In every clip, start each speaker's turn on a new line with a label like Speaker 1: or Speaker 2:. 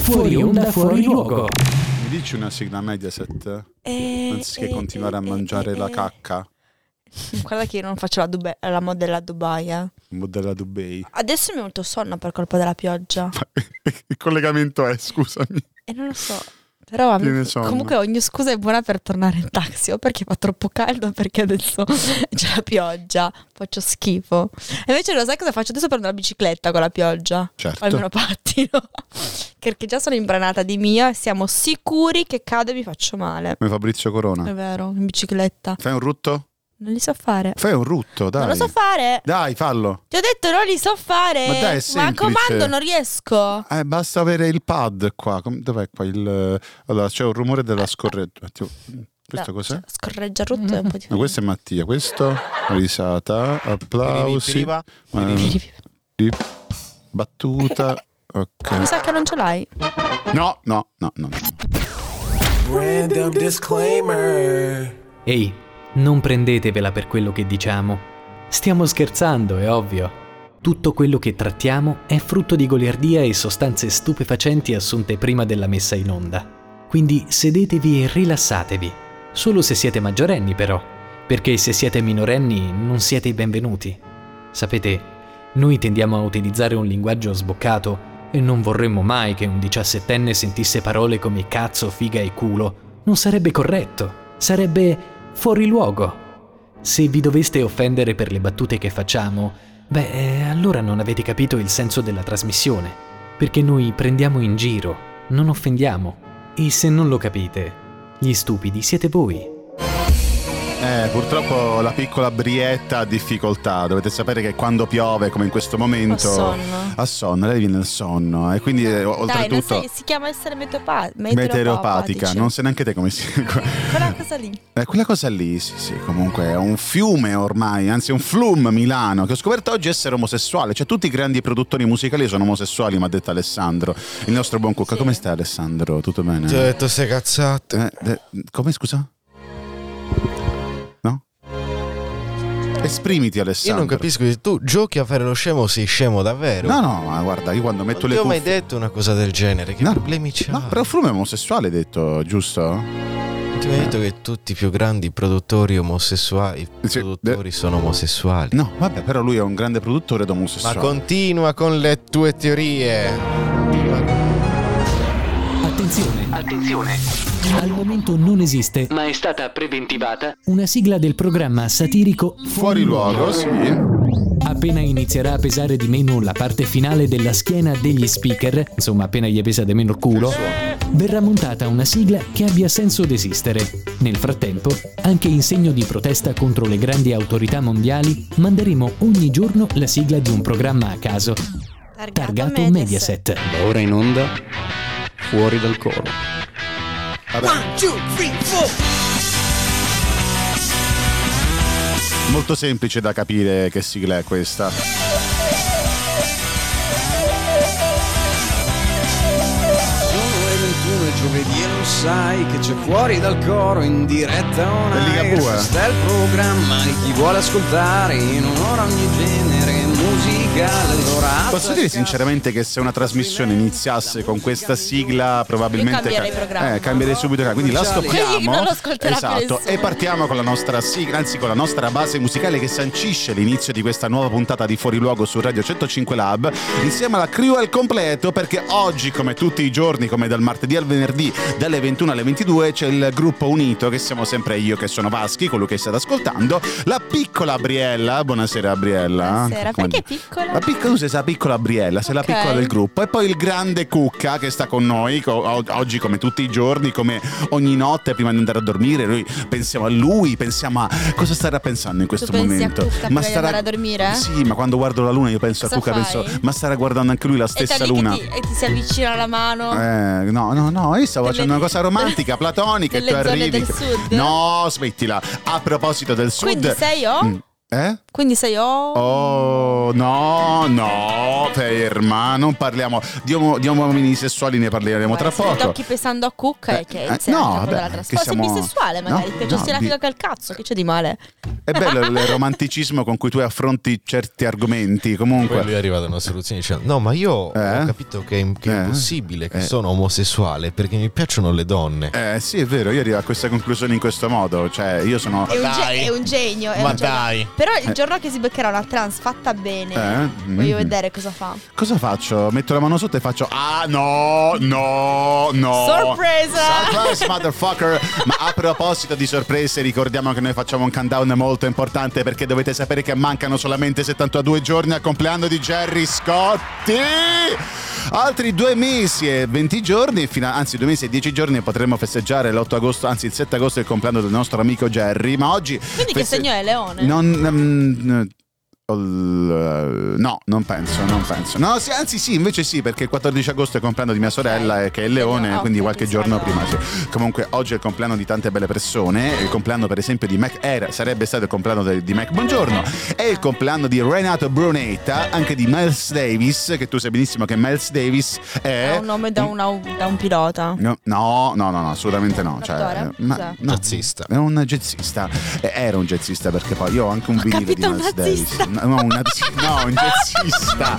Speaker 1: Fuori onda, fuori luogo.
Speaker 2: Mi dici una sigla Mediaset?
Speaker 3: Eh,
Speaker 2: Anziché
Speaker 3: eh,
Speaker 2: continuare a
Speaker 3: eh,
Speaker 2: mangiare
Speaker 3: eh,
Speaker 2: la
Speaker 3: eh.
Speaker 2: cacca?
Speaker 3: Guarda che io non faccio la, Dube- la modella a Dubai. eh.
Speaker 2: Modella Dubai.
Speaker 3: Adesso mi è molto sonno per colpa della pioggia.
Speaker 2: Il collegamento è, scusami.
Speaker 3: E non lo so. Però a me-
Speaker 2: Tieni sonno.
Speaker 3: comunque ogni scusa è buona per tornare in taxi, o perché fa troppo caldo, o perché adesso c'è la pioggia, faccio schifo. E invece lo sai cosa faccio? Adesso prendo la bicicletta con la pioggia, o
Speaker 2: Certo.
Speaker 3: almeno pattino, perché già sono imbranata di mia e siamo sicuri che cado e mi faccio male.
Speaker 2: Come Fabrizio Corona.
Speaker 3: È vero, in bicicletta.
Speaker 2: Fai un rutto?
Speaker 3: Non li so fare.
Speaker 2: Fai un rutto, dai.
Speaker 3: Non lo so fare.
Speaker 2: Dai, fallo.
Speaker 3: Ti ho detto non li so fare.
Speaker 2: Ma dai, è
Speaker 3: Ma a
Speaker 2: semplice.
Speaker 3: comando non riesco.
Speaker 2: Eh, basta avere il pad qua. Com- Dov'è qua? Il... Allora, c'è un rumore della scorreggia. Questo
Speaker 3: No,
Speaker 2: cos'è?
Speaker 3: cioè, Scorreggia rotto
Speaker 1: Mm.
Speaker 3: è un po' di...
Speaker 2: No, questo è Mattia, questo risata, applausi,
Speaker 4: Piriva,
Speaker 2: eh, battuta.
Speaker 3: Mi
Speaker 2: Ok.
Speaker 3: sa che non ce l'hai.
Speaker 2: No, no, no, no.
Speaker 5: Random disclaimer.
Speaker 1: Ehi, non prendetevela per quello che diciamo. Stiamo scherzando, è ovvio. Tutto quello che trattiamo è frutto di goliardia e sostanze stupefacenti assunte prima della messa in onda. Quindi sedetevi e rilassatevi. Solo se siete maggiorenni, però, perché se siete minorenni non siete i benvenuti. Sapete, noi tendiamo a utilizzare un linguaggio sboccato e non vorremmo mai che un diciassettenne sentisse parole come cazzo, figa e culo. Non sarebbe corretto, sarebbe fuori luogo. Se vi doveste offendere per le battute che facciamo, beh, eh, allora non avete capito il senso della trasmissione, perché noi prendiamo in giro, non offendiamo. E se non lo capite, gli stupidi siete voi.
Speaker 2: Eh, purtroppo la piccola Brietta ha difficoltà. Dovete sapere che quando piove, come in questo momento,
Speaker 3: Ho sonno.
Speaker 2: ha sonno, lei viene nel sonno. E quindi, eh,
Speaker 3: Dai, non
Speaker 2: oltretutto,
Speaker 3: sai- si chiama essere meteopa-
Speaker 2: meteoropatica.
Speaker 3: meteoropatici.
Speaker 2: Non sai neanche te come si.
Speaker 3: Quella cosa lì.
Speaker 2: Eh, quella cosa lì, sì, sì, comunque è un fiume ormai, anzi un flum Milano, che ho scoperto oggi essere omosessuale. Cioè, tutti i grandi produttori musicali sono omosessuali, mi ha detto Alessandro, il nostro buon cucca.
Speaker 3: Sì.
Speaker 2: Come stai Alessandro? Tutto bene?
Speaker 4: Ti ho detto sei cazzato.
Speaker 2: Eh, eh, come scusa? No? Esprimiti
Speaker 4: Io
Speaker 2: Alessandro.
Speaker 4: non capisco, tu giochi a fare lo scemo o sei scemo davvero?
Speaker 2: No, no, ma guarda, io quando metto
Speaker 4: non ti
Speaker 2: le
Speaker 4: ho mai
Speaker 2: cuffie...
Speaker 4: detto una cosa del genere, che
Speaker 2: No.
Speaker 4: problemi c'hai?
Speaker 2: No, però Flume è omosessuale, hai detto, giusto?
Speaker 4: Non ti ho mai detto che tutti i più grandi produttori omosessuali
Speaker 2: Sì,
Speaker 4: produttori sono omosessuali.
Speaker 2: No, vabbè, però lui è un grande produttore ed
Speaker 4: Ma
Speaker 2: omosessuale.
Speaker 4: continua con le tue teorie.
Speaker 1: Attenzione!
Speaker 6: Attenzione,
Speaker 1: Al momento non esiste
Speaker 6: ma è stata preventivata
Speaker 1: una sigla del programma satirico
Speaker 2: Fuori luogo, sì.
Speaker 1: Appena inizierà a pesare di meno la parte finale della schiena degli speaker, insomma appena gli pesa di meno il culo, verrà montata una sigla che abbia senso d'esistere. Nel frattempo, anche in segno di protesta contro le grandi autorità mondiali, manderemo ogni giorno la sigla di un programma a caso, targato Mediaset.
Speaker 7: Ora in onda, fuori dal coro.
Speaker 2: Molto semplice da capire che sigla è questa.
Speaker 7: Sono le 21 e giovedì e lo sai che c'è fuori dal coro in diretta
Speaker 2: Del
Speaker 7: online.
Speaker 2: Ligabue.
Speaker 7: Questo è il programma di chi vuole ascoltare in un'ora ogni genere musicale. Allora,
Speaker 3: Esatto.
Speaker 2: Posso dire sinceramente che se una trasmissione iniziasse con questa sigla probabilmente
Speaker 3: Io cambierei programma.
Speaker 2: eh, cambierei subito canale. quindi la
Speaker 3: Quindi non
Speaker 2: stoppiamo
Speaker 3: lo ascolterà più
Speaker 2: esatto
Speaker 3: nessuno.
Speaker 2: e partiamo con la nostra sigla anzi con la nostra base musicale che sancisce l'inizio di questa nuova puntata di Fuori Luogo su Radio 105 Lab insieme alla crew al completo perché oggi come tutti i giorni come dal martedì al venerdì dalle 21 alle 22 c'è il gruppo unito che siamo sempre io che sono Vaschi quello che state ascoltando la piccola Briella buonasera Briella
Speaker 3: Buonasera,
Speaker 2: Ah, Come-
Speaker 3: perché è piccola?
Speaker 2: la piccola tu sei la piccola Briella, sei
Speaker 3: Ok.
Speaker 2: la piccola del gruppo. E poi il grande Cucca che sta con noi co- o- oggi come tutti i giorni, come ogni notte prima di andare a dormire. Noi pensiamo a lui, pensiamo a cosa starà pensando in questo
Speaker 3: pensi a
Speaker 2: momento.
Speaker 3: Cucca prima di andare a dormire?
Speaker 2: Sì, ma quando guardo la luna io penso
Speaker 3: Cosa
Speaker 2: a Cucca,
Speaker 3: fai?
Speaker 2: penso ma starà guardando anche lui la
Speaker 3: E da
Speaker 2: stessa
Speaker 3: lì
Speaker 2: luna.
Speaker 3: che ti, e ti si avvicina la mano.
Speaker 2: Eh, no, no, no, io stavo
Speaker 3: Delle-
Speaker 2: facendo una cosa romantica, platonica, e
Speaker 3: delle
Speaker 2: tu
Speaker 3: zone
Speaker 2: arrivi.
Speaker 3: del sud?
Speaker 2: No, smettila. A proposito del sud.
Speaker 3: Quindi sei io?
Speaker 2: Mm, Eh?
Speaker 3: Quindi sei oh.
Speaker 2: Oh, no, no, ferma, non parliamo di, uomo- di uomini sessuali, ne parleremo tra
Speaker 3: eh, Se ti
Speaker 2: poco.
Speaker 3: tocchi pensando a cucca
Speaker 2: Eh,
Speaker 3: e che
Speaker 2: eh,
Speaker 3: sei
Speaker 2: no,
Speaker 3: no,
Speaker 2: vabbè,
Speaker 3: della
Speaker 2: che
Speaker 3: trasforma.
Speaker 2: siamo-
Speaker 3: Sei bisessuale magari,
Speaker 2: no,
Speaker 3: che
Speaker 2: no,
Speaker 3: ci la
Speaker 2: di-
Speaker 3: figa col cazzo, che c'è di male?
Speaker 2: È bello il romanticismo con cui tu affronti certi argomenti,
Speaker 4: Poi
Speaker 2: comunque.
Speaker 4: lui è arrivato a una soluzione dicendo: No, ma io
Speaker 2: Eh?
Speaker 4: ho capito che è, che è
Speaker 2: Eh?
Speaker 4: impossibile, che
Speaker 2: Eh.
Speaker 4: sono omosessuale perché mi piacciono le donne.
Speaker 2: Eh sì, è vero, io arrivo a questa conclusione in questo modo, cioè io sono...
Speaker 3: È un, ge-
Speaker 1: dai.
Speaker 3: è un genio. È
Speaker 1: Ma
Speaker 3: un genio.
Speaker 1: dai.
Speaker 3: Però il giorno che si beccherà una trans fatta bene,
Speaker 2: Eh,
Speaker 3: voglio
Speaker 2: mm.
Speaker 3: vedere cosa fa.
Speaker 2: Cosa faccio? Metto la mano sotto e faccio Ah no, no, no
Speaker 3: Sorpresa!
Speaker 2: Surprise motherfucker Ma a proposito di sorprese ricordiamo che noi facciamo un countdown molto importante Perché dovete sapere che mancano solamente 72 giorni al compleanno di Jerry Scotti Altri due mesi e 20 giorni fino a- Anzi due mesi e 10 giorni e potremo festeggiare l'8 agosto Anzi il 7 agosto è il compleanno del nostro amico Jerry Ma oggi
Speaker 3: Quindi che
Speaker 2: feste-
Speaker 3: segno è Leone?
Speaker 2: non. mm, ol- eh, no, non penso, non penso. No, sì, anzi, sì, invece sì, perché il 14 agosto è il compleanno di mia sorella,
Speaker 3: Ok.
Speaker 2: eh, che è il leone,
Speaker 3: Ok,
Speaker 2: quindi qualche
Speaker 3: quindi
Speaker 2: giorno
Speaker 3: siamo-
Speaker 2: prima. sì. Comunque, oggi è il compleanno di tante belle persone. Il compleanno, per esempio, di Mac era, sarebbe stato il compleanno de- di Mac Buongiorno. È il compleanno di Renato Brunetta, anche di Miles Davis, che tu sai benissimo che Miles Davis è.
Speaker 3: È un nome da un, au- da un pilota.
Speaker 2: No, no, no, no, no, assolutamente no.
Speaker 3: Un
Speaker 2: Cioè,
Speaker 3: attore?
Speaker 2: ma,
Speaker 3: Cos'è?
Speaker 2: no,
Speaker 4: Jazzista.
Speaker 2: È un jazzista. Eh, Era un jazzista perché poi io ho anche un
Speaker 3: Ho
Speaker 2: vinile di
Speaker 3: capito, un
Speaker 2: Miles Davis.
Speaker 3: nazista.
Speaker 2: No, un nazi- no, un jazzista.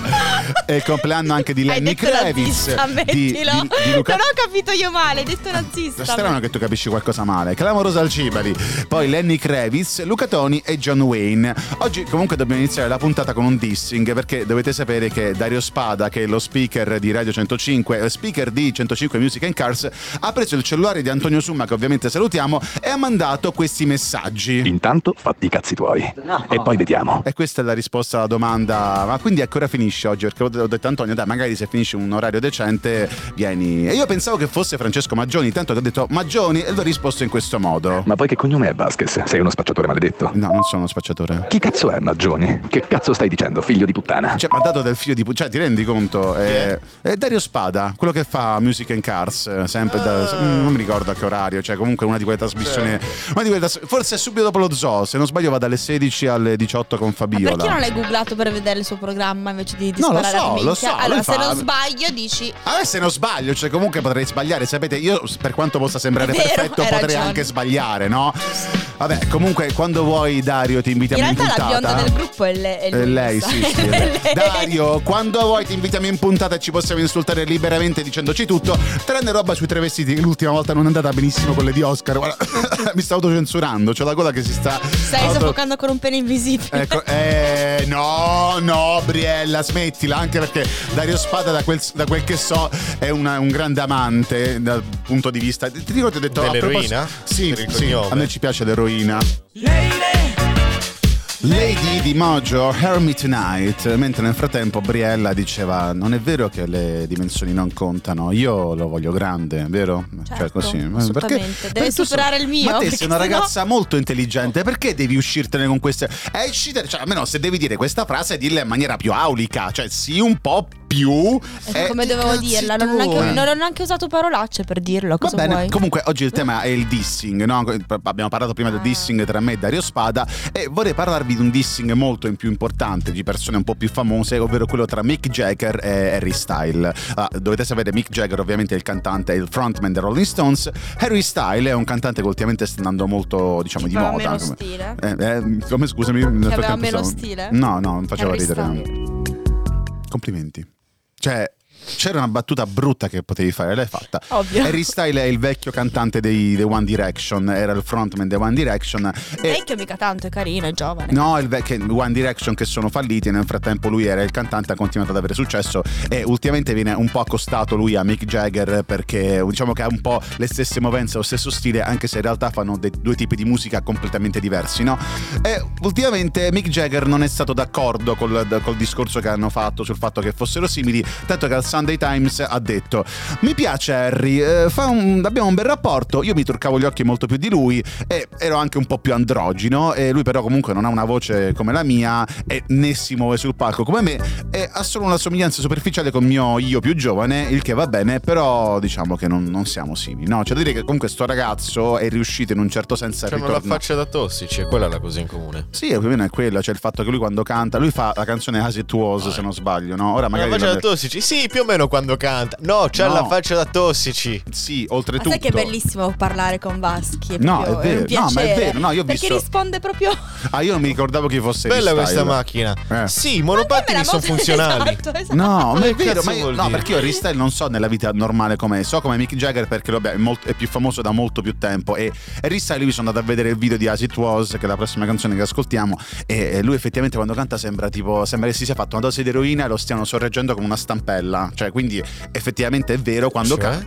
Speaker 2: È il compleanno anche di
Speaker 3: Hai
Speaker 2: Lenny
Speaker 3: detto
Speaker 2: Kravitz.
Speaker 3: nazista,
Speaker 2: Di, di,
Speaker 3: mettilo.
Speaker 2: di Luca
Speaker 3: Non ho capito io male, hai detto nazista.
Speaker 2: è strano che tu capisci qualcosa male. Clamorosa Alcibali, poi Lenny Kravitz, Luca Toni e John Wayne. Oggi comunque dobbiamo iniziare la puntata con un dissing perché dovete sapere che Dario Spada, che è lo speaker di Radio 105, eh, speaker di 105 Music and Cars, ha preso il cellulare di Antonio Summa, che ovviamente salutiamo, e ha mandato questi messaggi.
Speaker 8: Intanto fatti i cazzi tuoi. E poi vediamo.
Speaker 2: E questa è la risposta alla domanda, ma quindi a che ora finisce oggi? Perché ho detto a Antonio, dai, magari se finisce un orario decente, vieni. E io pensavo che fosse Francesco Maggioni, tanto ti ho detto Maggioni e l'ho risposto in questo modo.
Speaker 8: Ma poi che cognome è Vasquez? Sei uno spacciatore maledetto.
Speaker 2: No, non sono uno spacciatore.
Speaker 8: Chi cazzo è Maggioni? Che cazzo stai dicendo, figlio di puttana?
Speaker 2: Cioè, ma dato del figlio di... pu- Cioè, ti rendi conto? È, è Dario Spada, quello che fa Music and Cars, eh, sempre da...
Speaker 3: Ah.
Speaker 2: mm, Non mi ricordo a che orario, cioè comunque una di quelle trasmissioni... Una di quelle trasmissioni- Forse è subito dopo lo zoo, se non sbaglio va dalle 16 alle 18 con
Speaker 3: Ma
Speaker 2: Fabiola.
Speaker 3: perché non l'hai googlato per vedere il suo programma invece di, di
Speaker 2: No, lo
Speaker 3: sparare alla
Speaker 2: so, lo
Speaker 3: minchia?
Speaker 2: so, lui
Speaker 3: Allora, se
Speaker 2: fa-
Speaker 3: non sbaglio, dici
Speaker 2: Ah, se non sbaglio, cioè comunque potrei sbagliare, sapete, io per quanto possa sembrare
Speaker 3: È vero,
Speaker 2: perfetto
Speaker 3: hai
Speaker 2: potrei
Speaker 3: ragione.
Speaker 2: anche sbagliare, no? Vabbè, comunque quando vuoi Dario ti invitiamo
Speaker 3: In
Speaker 2: in,
Speaker 3: realtà la
Speaker 2: puntata.
Speaker 3: bionda del gruppo è, le- è
Speaker 2: Eh,
Speaker 3: lui,
Speaker 2: lei,
Speaker 3: so.
Speaker 2: sì, sì. è lei. Dario, quando vuoi ti invitiamo in puntata e ci possiamo insultare liberamente dicendoci tutto, tranne roba sui tre vestiti che l'ultima volta non è andata benissimo con le di Oscar. Guarda, mi sto autocensurando, c'ho la gola che si sta...
Speaker 3: Stai
Speaker 2: auto-
Speaker 3: soffocando con un pene invisibile.
Speaker 2: Ecco, eh, no, no, Briella, smettila, anche perché Dario Spada, da quel, da quel che so, è una- un grande amante dal punto di vista. Ti dico, ti ho detto a
Speaker 4: Dell'eroina?
Speaker 2: proposito- Sì,
Speaker 4: Per il
Speaker 2: sì
Speaker 4: cognome.
Speaker 2: a me ci piace l'eroina. Lady di Mojo, Hear Me Tonight. Mentre nel frattempo Briella diceva: Non è vero che le dimensioni non contano, io lo voglio grande, vero? Cioè,
Speaker 3: Certo,
Speaker 2: ma
Speaker 3: assolutamente. Deve
Speaker 2: tu sei-
Speaker 3: superare il mio,
Speaker 2: Ma te sei
Speaker 3: perché
Speaker 2: una
Speaker 3: sennò-
Speaker 2: ragazza molto intelligente, perché devi uscirtene con queste. È uscite, cioè, almeno se devi dire questa frase, dirla in maniera più aulica, cioè sì, un po' più. eh,
Speaker 3: Ecco come dovevo dirla, non, ho neanche- non ho neanche usato parolacce per dirlo.
Speaker 2: Va
Speaker 3: Cosa
Speaker 2: bene,
Speaker 3: vuoi?
Speaker 2: comunque oggi il tema è il dissing, no? abbiamo parlato prima del dissing tra me e Dario Spada e vorrei parlarvi di un dissing molto in più importante, di persone un po' più famose, ovvero quello tra Mick Jagger e Harry Style. Ah, dovete sapere, Mick Jagger ovviamente è il cantante e il frontman dei Rolling Stones, Harry Style è un cantante che ultimamente sta andando molto diciamo di
Speaker 3: Che aveva
Speaker 2: moda.
Speaker 3: meno
Speaker 2: come-
Speaker 3: stile.
Speaker 2: Eh, eh, come scusami, nel
Speaker 3: aveva
Speaker 2: frattempo
Speaker 3: meno
Speaker 2: stavo-
Speaker 3: stile?
Speaker 2: No, no, non faceva
Speaker 3: Harry
Speaker 2: ridere.
Speaker 3: Styles.
Speaker 2: Complimenti. Cioè, c'era una battuta brutta che potevi fare, l'hai fatta.
Speaker 3: Ovvio.
Speaker 2: Harry Style è il vecchio cantante dei, dei One Direction, era il frontman dei One Direction. E-
Speaker 3: Lei che mica tanto è carina, è giovane.
Speaker 2: No, il vecchio One Direction che sono falliti. Nel frattempo, lui era il cantante, ha continuato ad avere successo. E ultimamente viene un po' accostato lui a Mick Jagger perché diciamo che ha un po' le stesse movenze, lo stesso stile, anche se in realtà fanno dei- due tipi di musica completamente diversi, no? E ultimamente Mick Jagger non è stato d'accordo col, col discorso che hanno fatto sul fatto che fossero simili. Tanto che al San Sunday Times ha detto mi piace Harry, eh, fa un- abbiamo un bel rapporto, io mi truccavo gli occhi molto più di lui e ero anche un po' più androgino e lui però comunque non ha una voce come la mia e né si muove sul palco come me e ha solo una somiglianza superficiale con mio io più giovane, il che va bene, però diciamo che non, non siamo simili, no? Cioè da dire che comunque sto ragazzo è riuscito in un certo senso a
Speaker 4: Cioè, non la
Speaker 2: ritornare
Speaker 4: faccia da tossici, è quella la cosa in comune.
Speaker 2: sì, più o meno è quella, cioè il fatto che lui quando canta, lui fa la canzone As It Was,
Speaker 4: Ah,
Speaker 2: se
Speaker 4: eh.
Speaker 2: non sbaglio, no? Ora
Speaker 4: Ma
Speaker 2: magari...
Speaker 4: la faccia da
Speaker 2: l'avrebbe-
Speaker 4: tossici? Sì, più o meno quando canta. No, c'ha
Speaker 2: No.
Speaker 4: la faccia da tossici.
Speaker 2: Sì,
Speaker 3: Ma
Speaker 2: oltretutto...
Speaker 3: sai che è bellissimo parlare con Vaschi? È
Speaker 2: No,
Speaker 3: proprio-
Speaker 2: è vero,
Speaker 3: un
Speaker 2: no, ma è
Speaker 3: piacere,
Speaker 2: vero, no, io ho
Speaker 3: Perché
Speaker 2: visto-
Speaker 3: risponde proprio...
Speaker 2: Ah, io non mi ricordavo chi fosse
Speaker 4: Bella questa
Speaker 2: Ristyle.
Speaker 4: macchina.
Speaker 2: Eh.
Speaker 4: Sì, i
Speaker 3: Ma a me me la
Speaker 4: monopattini sono
Speaker 3: moto-
Speaker 4: funzionali.
Speaker 3: Esatto, esatto.
Speaker 2: No, ma è
Speaker 4: Che
Speaker 2: vero,
Speaker 4: cazzo
Speaker 2: ma io,
Speaker 4: vuol
Speaker 2: no,
Speaker 4: dire?
Speaker 2: perché io Ristyle non so nella vita normale com'è, so come Mick Jagger perché vabbè, è, molto- è più famoso da molto più tempo e, e Ristyle lui sono andato a vedere il video di As It Was, che è la prossima canzone che ascoltiamo e e lui effettivamente quando canta sembra tipo, sembra che si sia fatto una dose di eroina e lo stiano sorreggendo con una stampella, cioè quindi effettivamente è vero quando
Speaker 4: Cioè?
Speaker 2: canta.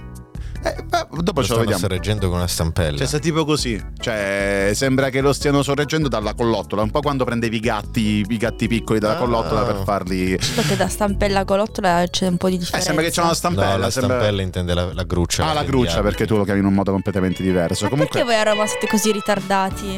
Speaker 2: Eh, beh, dopo ce
Speaker 4: Lo
Speaker 2: lo
Speaker 4: stanno
Speaker 2: vediamo.
Speaker 4: sorreggendo con una stampella.
Speaker 2: Cioè, sta tipo così. Cioè, sembra che lo stiano sorreggendo dalla collottola. Un po' quando prendevi i gatti, i gatti piccoli dalla
Speaker 4: Ah.
Speaker 2: collottola per farli.
Speaker 3: Solo che da stampella a golottola c'è un po' di
Speaker 2: Eh,
Speaker 3: differenza.
Speaker 2: sembra che c'è una
Speaker 4: no,
Speaker 2: stampella.
Speaker 4: la
Speaker 2: sembra-
Speaker 4: stampella intende la, la gruccia.
Speaker 2: Ah, la gruccia, perché tu lo chiami in un modo completamente diverso.
Speaker 3: Ma
Speaker 2: Comunque.
Speaker 3: perché voi a Roma siete così ritardati?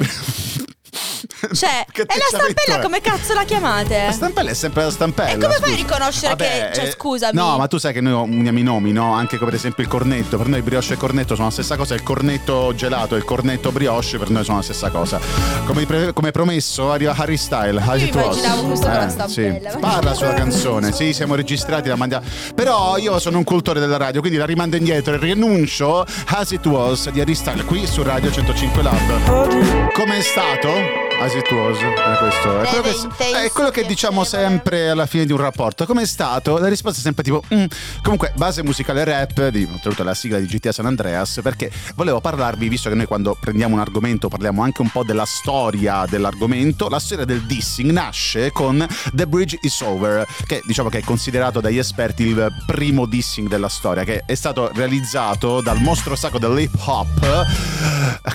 Speaker 3: Cioè,
Speaker 2: Che
Speaker 3: è la stampella
Speaker 2: atteggiamento è?
Speaker 3: come cazzo la
Speaker 2: La
Speaker 3: chiamate?
Speaker 2: stampella è sempre la stampella.
Speaker 3: E come fai a
Speaker 2: scusa.
Speaker 3: riconoscere che- cioè,
Speaker 2: eh,
Speaker 3: scusami.
Speaker 2: No, ma tu sai che noi uniamo i nomi, no? Anche come per esempio il cornetto. Per noi brioche e cornetto sono la stessa cosa. Il cornetto gelato e il cornetto brioche per noi sono la stessa cosa. Come, pre- come promesso, arriva Harry Style. As
Speaker 3: Io
Speaker 2: it was.
Speaker 3: immaginavo questo con la stampella.
Speaker 2: Eh, sì. Parla la sua canzone. Sì, siamo registrati, la mandiamo. Però io sono un cultore della radio, quindi la rimando indietro e rinuncio As It Was di Harry Style qui su Radio 105 Lab. Com'è stato? As it was, è questo. È
Speaker 3: Beh,
Speaker 2: quello,
Speaker 3: è
Speaker 2: che,
Speaker 3: intenso,
Speaker 2: è quello che
Speaker 3: piacevole.
Speaker 2: diciamo sempre alla fine di un rapporto. Com'è stato? La risposta è sempre tipo. "Mm". Comunque, base musicale rap, di oltretutto la sigla di GTA San Andreas, perché volevo parlarvi, visto che noi quando prendiamo un argomento parliamo anche un po' della storia dell'argomento. La storia del dissing nasce con The Bridge is Over, che diciamo che è considerato dagli esperti il primo dissing della storia, che è stato realizzato dal mostro sacco dell'hip hop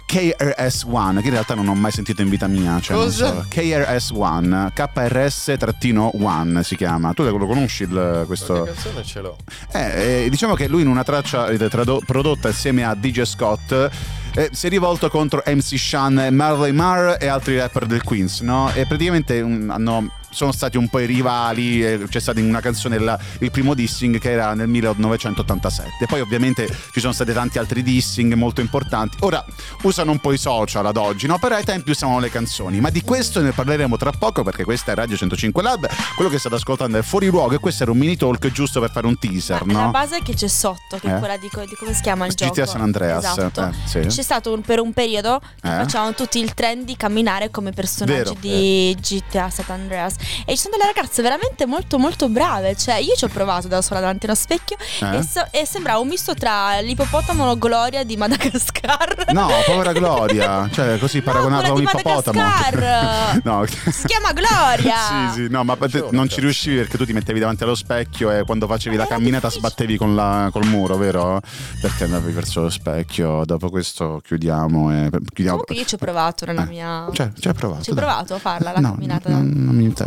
Speaker 2: KRS-One, che in realtà non ho mai sentito in vita mia. Cioè, non
Speaker 4: Cosa?
Speaker 2: so. KRS-One, KRS-One si chiama. Tu lo conosci il-
Speaker 4: Questa
Speaker 2: questo?
Speaker 4: canzone ce l'ho.
Speaker 2: Eh, eh, diciamo che lui in una traccia eh, trado- prodotta insieme a DJ Scott eh, si è rivolto contro MC Shan, Marley Marr e altri rapper del Queens, no? E praticamente mm, hanno- sono stati un po' i rivali, eh, c'è stato in una canzone la- il primo dissing che era nel 1987. Poi ovviamente ci sono stati tanti altri dissing molto importanti. Ora usano un po' i social ad oggi, no? Però ai tempi usavano le canzoni, ma di questo ne parleremo tra poco perché questa è Radio 105 Lab, quello che state ascoltando è fuori luogo e questo era un mini talk giusto per fare un teaser,
Speaker 3: Ma Ah, La
Speaker 2: no?
Speaker 3: base che c'è sotto, che
Speaker 2: Eh?
Speaker 3: è quella di, co- di come si chiama il
Speaker 2: GTA
Speaker 3: gioco.
Speaker 2: San Andreas,
Speaker 3: Esatto.
Speaker 2: eh, sì.
Speaker 3: C'è stato un- per un periodo che
Speaker 2: Eh?
Speaker 3: facevano tutti il trend di camminare come personaggi
Speaker 2: Vero.
Speaker 3: di GTA San Andreas. E ci sono delle ragazze veramente molto molto brave. Cioè, io ci ho provato da sola davanti a uno specchio
Speaker 2: Eh?
Speaker 3: e, so- e sembrava un misto tra l'ippopotamo Gloria di Madagascar.
Speaker 2: No, povera Gloria, cioè così
Speaker 3: No,
Speaker 2: paragonato a un
Speaker 3: quella di
Speaker 2: ippopotamo.
Speaker 3: Madagascar.
Speaker 2: no.
Speaker 3: Si chiama Gloria.
Speaker 2: Sì, sì, no, ma te-
Speaker 4: Giorgio.
Speaker 2: non ci riuscivi perché tu ti mettevi davanti allo specchio e quando facevi
Speaker 3: Ma
Speaker 2: la
Speaker 3: era
Speaker 2: camminata
Speaker 3: difficile.
Speaker 2: sbattevi con la- col muro, vero? Perché andavi verso lo specchio. Dopo questo chiudiamo e chiudiamo.
Speaker 3: Comunque io ci ho provato nella
Speaker 2: Eh,
Speaker 3: mia.
Speaker 2: Cioè, ci hai provato.
Speaker 3: Ci hai
Speaker 2: dai.
Speaker 3: provato a farla la
Speaker 2: No,
Speaker 3: camminata?
Speaker 2: Non, non mi interessa.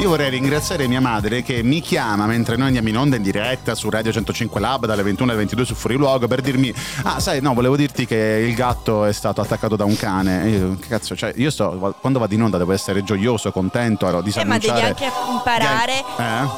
Speaker 2: Io vorrei ringraziare mia madre che mi chiama mentre noi andiamo in onda in diretta su Radio 105 Lab dalle 21 alle 22 su Fuori Luogo per dirmi Ah sai no volevo dirti che il gatto è stato attaccato da un cane E io, Che cazzo cioè io sto quando vado in onda devo essere gioioso, contento allora,
Speaker 3: Eh, ma devi
Speaker 2: disannunciare
Speaker 3: anche imparare
Speaker 2: Eh?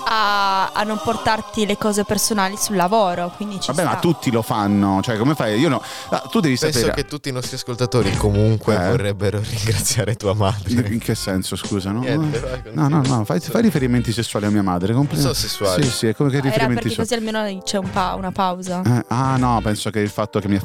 Speaker 3: a, a non portarti le cose personali sul lavoro. Quindi ci
Speaker 2: Vabbè
Speaker 3: sta.
Speaker 2: ma tutti lo fanno cioè come fai io no ah, Tu devi
Speaker 4: Penso
Speaker 2: sapere
Speaker 4: che tutti i nostri ascoltatori comunque
Speaker 2: Eh.
Speaker 4: vorrebbero ringraziare tua madre.
Speaker 2: In che senso, scusa? No,
Speaker 4: Niente, vai,
Speaker 2: no,
Speaker 4: continua.
Speaker 2: no, no, fai, fai riferimenti sessuali a mia madre. compl-
Speaker 4: Non sono sessuali.
Speaker 2: Sì, sì, è come che
Speaker 3: Ah, Era
Speaker 2: riferimenti
Speaker 3: perché
Speaker 2: so-
Speaker 3: così almeno c'è un pa- una pausa.
Speaker 2: Eh, ah no, penso che il fatto che mi,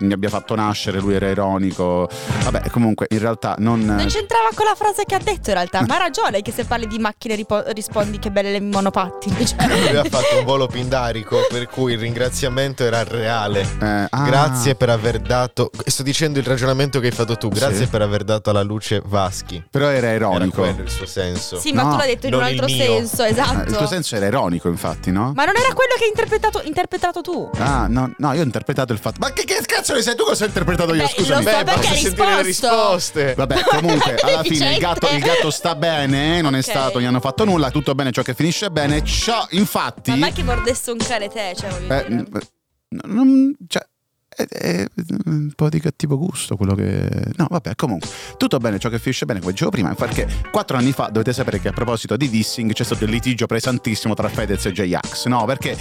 Speaker 2: mi abbia fatto nascere lui era ironico. Vabbè, comunque in realtà non...
Speaker 3: Non c'entrava con la frase che ha detto in realtà, ma ha ragione che se parli di macchine ripo- rispondi che belle le monopattini. Cioè.
Speaker 4: Aveva fatto un volo pindarico, per cui il ringraziamento era reale.
Speaker 2: eh, ah,
Speaker 4: Grazie per aver dato. Sto dicendo il ragionamento che hai fatto tu. Grazie
Speaker 2: Sì.
Speaker 4: per aver dato alla luce Vaschi.
Speaker 2: Però era
Speaker 4: Era
Speaker 2: ironico.
Speaker 4: quello il suo senso.
Speaker 3: Sì, ma
Speaker 2: No,
Speaker 3: tu l'ha detto in
Speaker 4: non
Speaker 3: un altro
Speaker 4: il mio.
Speaker 3: senso,
Speaker 2: Ah, Il tuo
Speaker 3: esatto.
Speaker 2: senso era ironico, infatti, no?
Speaker 3: Ma non era quello che hai interpretato, interpretato tu.
Speaker 2: Ah, no, no, io ho interpretato il fatto. Ma che, che cazzo ne sei tu cosa ho interpretato io?
Speaker 3: Beh,
Speaker 2: Scusami. Eh,
Speaker 3: lo so
Speaker 4: Beh,
Speaker 3: perché
Speaker 4: basta
Speaker 3: hai
Speaker 4: sentire le
Speaker 3: risposto.
Speaker 4: risposte.
Speaker 2: Vabbè, comunque, alla fine il gatto, il gatto sta bene, non è
Speaker 3: Ok.
Speaker 2: stato, gli hanno fatto nulla, tutto bene ciò che finisce bene. Ciò, infatti.
Speaker 3: Ma mai che mordesse un cane te, cioè, voglio
Speaker 2: Eh,
Speaker 3: dire.
Speaker 2: n- n- non- cioè, è, è un po' di cattivo gusto quello che. No, vabbè, comunque. Tutto bene, ciò che finisce bene, come dicevo prima, perché quattro anni fa dovete sapere che a proposito di dissing c'è stato il litigio pesantissimo tra Fedez e J-Ax. No, perché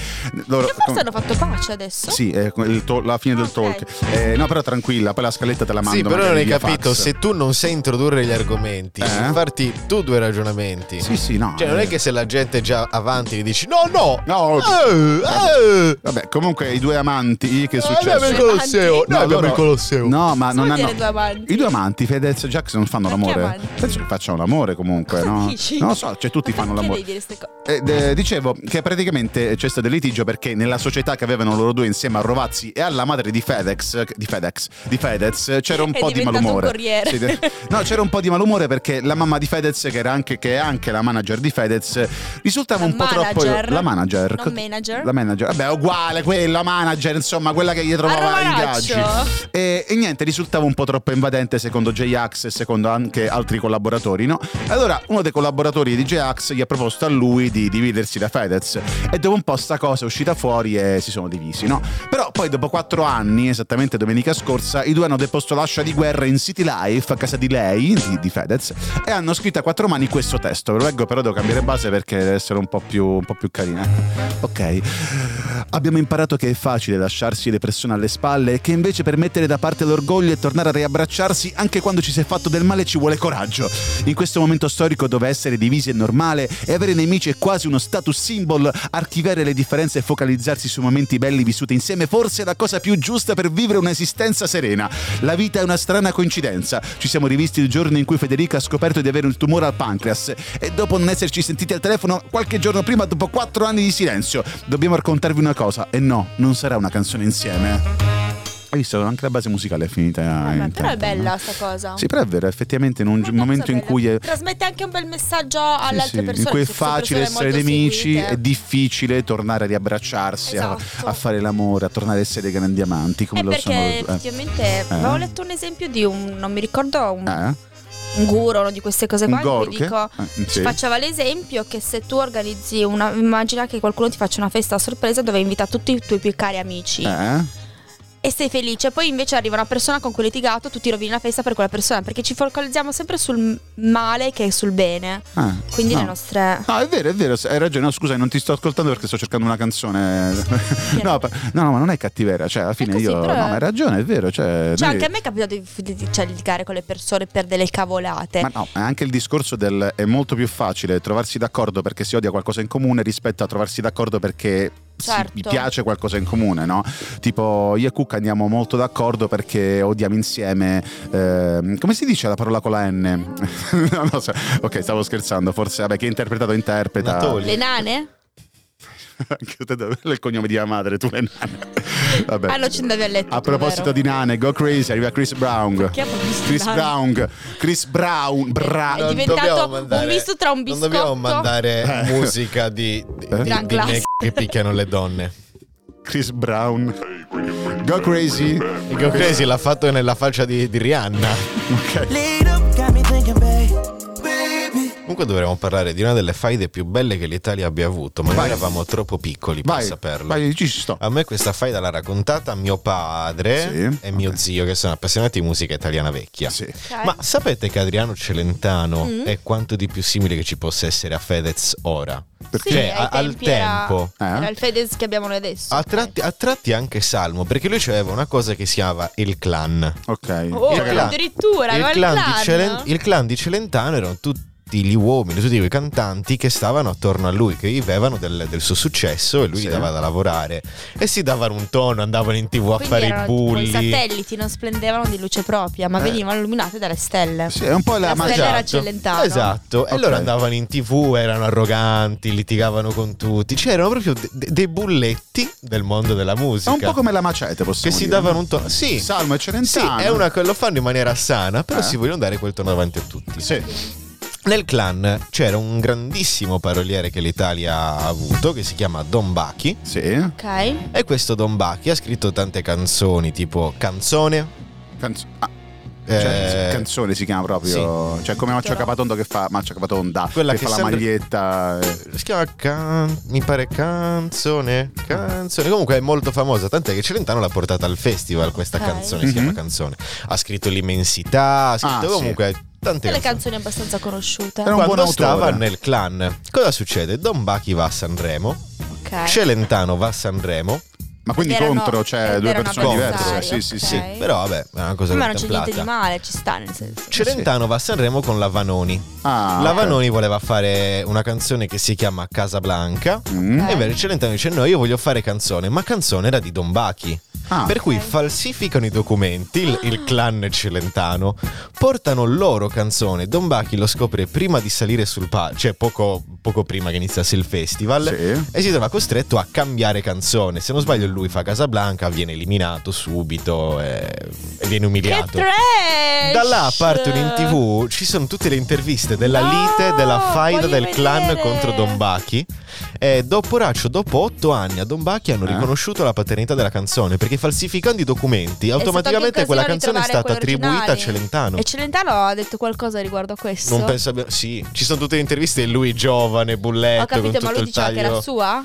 Speaker 2: loro.
Speaker 3: Che forse
Speaker 2: com-
Speaker 3: hanno fatto pace adesso.
Speaker 2: Sì, è il to- la fine del
Speaker 3: Ok.
Speaker 2: talk. Eh, no, però tranquilla, poi la scaletta te la mando.
Speaker 4: Ah, Sì, però non
Speaker 2: magari
Speaker 4: hai
Speaker 2: via
Speaker 4: capito,
Speaker 2: fax.
Speaker 4: se tu non sai introdurre gli argomenti,
Speaker 2: Eh?
Speaker 4: farti tu due ragionamenti.
Speaker 2: Sì, sì, no. eh,
Speaker 4: Cioè, non è che se la gente è già avanti gli dici no, no,
Speaker 2: No,
Speaker 4: eh, eh,
Speaker 2: Vabbè, comunque i due amanti, che è
Speaker 4: abbiamo il
Speaker 2: successo?
Speaker 4: Colosseo, noi
Speaker 2: No,
Speaker 4: abbiamo
Speaker 2: loro-
Speaker 4: il Colosseo.
Speaker 2: No, ma non
Speaker 3: Cosa vuol dire
Speaker 2: hanno.
Speaker 3: due amanti?
Speaker 2: I due amanti, Fedez e Jax, non fanno
Speaker 3: Perché
Speaker 2: l'amore.
Speaker 3: amanti?
Speaker 2: Penso che facciano l'amore comunque,
Speaker 3: Cosa
Speaker 2: no?
Speaker 3: dici?
Speaker 2: Non lo so, cioè tutti fanno
Speaker 3: Perché
Speaker 2: l'amore.
Speaker 3: devi dire ste cose?
Speaker 2: Eh, eh, dicevo che praticamente c'è stato il litigio perché nella società che avevano loro due insieme a Rovazzi e alla madre di Fedex, di Fedex, di Fedez, c'era un
Speaker 3: È
Speaker 2: po' di
Speaker 3: diventato
Speaker 2: malumore.
Speaker 3: un corriere.
Speaker 2: de- no, c'era un po' di malumore perché la mamma di Fedez, che, era anche, che è anche la manager di Fedez, risultava
Speaker 3: La
Speaker 2: un po'
Speaker 3: manager?
Speaker 2: troppo. La manager.
Speaker 3: Non manager?
Speaker 2: La manager. Vabbè, è uguale, quella manager, insomma, quella che gli trovava i
Speaker 3: Arroraccio.
Speaker 2: gaggi. E, e niente, risultava un po' troppo invadente secondo J-Ax e secondo anche altri collaboratori, no? Allora uno dei collaboratori di J-Ax gli ha proposto a lui di dividersi da Fedez e dopo un po' sta cosa è uscita fuori e si sono divisi, no? Però poi dopo quattro anni, esattamente domenica scorsa, i due hanno deposto l'ascia di guerra in City Life a casa di lei, di, di Fedez, e hanno scritto a quattro mani questo testo. Ve lo leggo però devo cambiare base perché deve essere un po' più, un po' più carina. eh. Ok. Abbiamo imparato che è facile lasciarsi le persone alle spalle e che invece per mettere da parte l'orgoglio e tornare a riabbracciarsi anche quando ci si è fatto del male ci vuole coraggio. In questo momento storico dove essere divisi è normale e avere nemici è quasi uno status symbol, archiviare le differenze e focalizzarsi su momenti belli vissuti insieme forse è la cosa più giusta per vivere un'esistenza serena. La vita è una strana coincidenza. Ci siamo rivisti il giorno in cui Federica ha scoperto di avere un tumore al pancreas e dopo non esserci sentiti al telefono qualche giorno prima dopo quattro anni di silenzio. Dobbiamo raccontarvi una cosa e no, non sarà una canzone insieme. Hai visto? Anche la base musicale è finita. eh,
Speaker 3: Vabbè,
Speaker 2: in
Speaker 3: Ah, però è
Speaker 2: tempo,
Speaker 3: bella
Speaker 2: no?
Speaker 3: sta cosa.
Speaker 2: Sì, però è vero, effettivamente in un gi-
Speaker 3: Una
Speaker 2: momento
Speaker 3: cosa
Speaker 2: in
Speaker 3: bella.
Speaker 2: cui è...
Speaker 3: Trasmette anche un bel messaggio
Speaker 2: sì,
Speaker 3: alle
Speaker 2: sì,
Speaker 3: altre persone.
Speaker 2: in cui è
Speaker 3: che sono
Speaker 2: facile
Speaker 3: persone
Speaker 2: essere
Speaker 3: molto
Speaker 2: nemici,
Speaker 3: seguite.
Speaker 2: è difficile tornare a riabbracciarsi, a-
Speaker 3: Esatto.
Speaker 2: a, fare l'amore, a tornare a essere grandi amanti come
Speaker 3: Eh,
Speaker 2: lo sono.
Speaker 3: perché
Speaker 2: eh.
Speaker 3: effettivamente
Speaker 2: Eh.
Speaker 3: avevo letto un esempio di un, non mi ricordo, un,
Speaker 2: Eh?
Speaker 3: un guru, una di queste cose qua,
Speaker 2: Un
Speaker 3: in cui
Speaker 2: gorg?
Speaker 3: dico,
Speaker 2: Eh,
Speaker 3: ci
Speaker 2: sì.
Speaker 3: faceva l'esempio che se tu organizzi una, immagina che qualcuno ti faccia una festa a sorpresa dove invita tutti i tuoi più cari amici
Speaker 2: Eh?
Speaker 3: e sei felice, poi invece arriva una persona con cui hai litigato, tu ti rovini la festa per quella persona, perché ci focalizziamo sempre sul male che sul bene,
Speaker 2: Ah,
Speaker 3: quindi
Speaker 2: no.
Speaker 3: le nostre...
Speaker 2: No, è vero, è vero, hai ragione. No, scusa, non ti sto ascoltando perché sto cercando una canzone. no, pa- no, no, ma non è cattiveria. Cioè, alla fine
Speaker 3: così,
Speaker 2: io.
Speaker 3: però-
Speaker 2: No, ma hai ragione, è vero. Cioè,
Speaker 3: Cioè,
Speaker 2: noi-
Speaker 3: anche a me è capitato di, di, di- cioè, litigare con le persone per delle cavolate.
Speaker 2: Ma no, è anche il discorso del è molto più facile trovarsi d'accordo perché si odia qualcosa in comune rispetto a trovarsi d'accordo perché si-
Speaker 3: Certo.
Speaker 2: mi piace qualcosa in comune, no? Tipo io e Cucca andiamo molto d'accordo perché odiamo insieme. ehm, come si dice la parola con la N? no, no, so- ok, stavo scherzando, forse vabbè, chi ha interpretato interpreta.
Speaker 4: Natoli.
Speaker 3: Le nane?
Speaker 2: Anche te dove è il cognome di mia madre, tu le nane. Vabbè.
Speaker 3: Ah, non ci andavi a letto.
Speaker 2: A
Speaker 3: tu,
Speaker 2: proposito
Speaker 3: vero?
Speaker 2: di nane, go crazy, arriva Chris Brown.
Speaker 3: Perché ha proposto
Speaker 2: Chris
Speaker 3: nane?
Speaker 2: Brown, Chris Brown, bra-
Speaker 3: È diventato un misto tra un
Speaker 4: Non dobbiamo
Speaker 3: biscotto-
Speaker 4: mandare
Speaker 2: Eh.
Speaker 4: musica di, di,
Speaker 2: Eh?
Speaker 4: di-
Speaker 3: Gran
Speaker 4: di me
Speaker 3: classe.
Speaker 4: che picchiano le donne.
Speaker 2: Chris Brown. Go crazy.
Speaker 4: Il Go Crazy l'ha fatto nella faccia di, di Rihanna.
Speaker 5: Lead up, got me thinking, babe. Baby.
Speaker 4: Comunque dovremmo parlare di una delle faide più belle che l'Italia abbia avuto, ma noi
Speaker 2: Vai.
Speaker 4: eravamo troppo piccoli per
Speaker 2: Vai,
Speaker 4: saperlo.
Speaker 2: vai, ci sto.
Speaker 4: A me questa faida l'ha raccontata mio padre
Speaker 2: Sì,
Speaker 4: e mio zio, che sono appassionati di musica italiana vecchia.
Speaker 2: Sì.
Speaker 3: Ok.
Speaker 4: Ma sapete che Adriano Celentano
Speaker 3: Mm.
Speaker 4: è quanto di più simile che ci possa essere a Fedez ora?
Speaker 3: Sì, ai
Speaker 4: Cioè, a- al
Speaker 3: tempi era-
Speaker 4: tempo.
Speaker 2: Eh?
Speaker 3: Era Cioè, il Fedez che abbiamo noi adesso.
Speaker 4: A tratti, a tratti anche Salmo, perché lui aveva una cosa che si chiamava il clan.
Speaker 2: Ok. Cioè,
Speaker 3: Oh,
Speaker 4: Il clan-
Speaker 3: addirittura,
Speaker 4: il
Speaker 3: aveva il
Speaker 4: clan,
Speaker 3: clan.
Speaker 4: Di Celen- il clan di Celentano erano tutti gli uomini, tutti quei cantanti che stavano attorno a lui, che vivevano del, del suo successo e lui
Speaker 2: Sì.
Speaker 4: gli dava da lavorare e si davano un tono, andavano in tv a
Speaker 3: Quindi
Speaker 4: fare i
Speaker 3: erano tipo I
Speaker 4: bulli.
Speaker 3: satelliti non splendevano di luce propria, ma
Speaker 2: Eh.
Speaker 3: venivano illuminate dalle stelle.
Speaker 2: Sì, è un po' la,
Speaker 3: Cioè, La
Speaker 2: ma-
Speaker 3: stella era
Speaker 4: Esatto.
Speaker 3: Celentano.
Speaker 4: Esatto, e loro
Speaker 2: Ok.
Speaker 4: andavano in tv, erano arroganti, litigavano con tutti, c'erano proprio de- de- dei bulletti del mondo della
Speaker 2: È
Speaker 4: musica.
Speaker 2: un po' come la macete,
Speaker 4: che
Speaker 2: possiamo
Speaker 4: si
Speaker 2: dire.
Speaker 4: davano un tono. Sì,
Speaker 2: Salmo e
Speaker 4: sì,
Speaker 2: Celentano.
Speaker 4: è una, lo fanno in maniera sana, però
Speaker 2: Eh.
Speaker 4: si vogliono dare quel tono davanti a tutti.
Speaker 2: Sì.
Speaker 4: Nel clan c'era un grandissimo paroliere che l'Italia ha avuto, che si chiama Don Bacchi.
Speaker 2: Sì.
Speaker 3: Ok.
Speaker 4: E questo Don Bacchi ha scritto tante canzoni, tipo Canzone.
Speaker 2: Canz- ah, cioè,
Speaker 4: eh,
Speaker 2: canzone si chiama proprio. Cioè, come Maccio Capatonda che fa Maccio Capatonda.
Speaker 4: Quella
Speaker 2: che,
Speaker 4: che
Speaker 2: fa la
Speaker 4: sembra-
Speaker 2: maglietta. eh.
Speaker 4: Si chiama Can- mi pare Canzone. Canzone. Comunque è molto famosa, tant'è che Celentano l'ha portata al festival questa
Speaker 3: Ok.
Speaker 4: canzone, si
Speaker 2: Mhm.
Speaker 4: chiama Canzone. Ha scritto L'immensità, ha
Speaker 2: Ah,
Speaker 4: scritto
Speaker 2: sì.
Speaker 4: comunque tante
Speaker 3: Delle
Speaker 4: canzoni.
Speaker 3: canzoni abbastanza conosciute.
Speaker 2: Era un
Speaker 4: Quando
Speaker 2: buon autore.
Speaker 4: stava nel clan, cosa succede? Don Bacchi va a Sanremo,
Speaker 3: Ok.
Speaker 4: Celentano va a Sanremo,
Speaker 2: Ma quindi
Speaker 3: Erano-
Speaker 2: contro, cioè,
Speaker 3: eh,
Speaker 2: due
Speaker 3: erano
Speaker 2: persone diverse. Sì,
Speaker 3: avversari,
Speaker 2: sì,
Speaker 3: ok.
Speaker 2: sì.
Speaker 4: però vabbè, è una cosa
Speaker 3: Ma non c'è niente di
Speaker 4: contemplata.
Speaker 3: male, ci sta nel senso.
Speaker 4: Celentano va a Sanremo con Lavanoni.
Speaker 2: Ah,
Speaker 4: Lavanoni voleva fare una canzone che si chiama Casablanca.
Speaker 2: ok. Mm.
Speaker 3: Ok.
Speaker 4: E invece Celentano dice: No, io voglio fare canzone, ma canzone era di Don Bachi.
Speaker 2: Ah.
Speaker 4: per cui
Speaker 3: Ok.
Speaker 4: falsificano i documenti, il, il clan Celentano, portano loro canzone. Don Bachi lo scopre prima di salire sul palco, cioè poco, poco prima che iniziasse il festival.
Speaker 2: Sì.
Speaker 4: E si trova costretto a cambiare canzone. Se non sbaglio, lui fa Casablanca, viene eliminato subito e, e viene
Speaker 3: Che
Speaker 4: umiliato.
Speaker 3: trash!
Speaker 4: Da là partono in tv, ci sono tutte le interviste della
Speaker 3: No,
Speaker 4: lite, della faida
Speaker 3: voglio
Speaker 4: del clan
Speaker 3: vedere.
Speaker 4: contro Don Bachi. E dopo Raccio, dopo otto anni a Don Bachi hanno
Speaker 2: Eh?
Speaker 4: riconosciuto la paternità della canzone perché falsificando i documenti
Speaker 3: stato anche
Speaker 4: automaticamente
Speaker 3: un
Speaker 4: quella
Speaker 3: casino
Speaker 4: canzone è stata
Speaker 3: ritrovare quelli
Speaker 4: attribuita a
Speaker 3: originali.
Speaker 4: Celentano.
Speaker 3: E Celentano ha detto qualcosa riguardo a questo?
Speaker 4: Non penso abbia... Sì, ci sono tutte le interviste e lui giovane, bulletto,
Speaker 3: Ho capito, ma
Speaker 4: con tutto
Speaker 3: lui
Speaker 4: il
Speaker 3: diceva
Speaker 4: taglio.
Speaker 3: che era sua?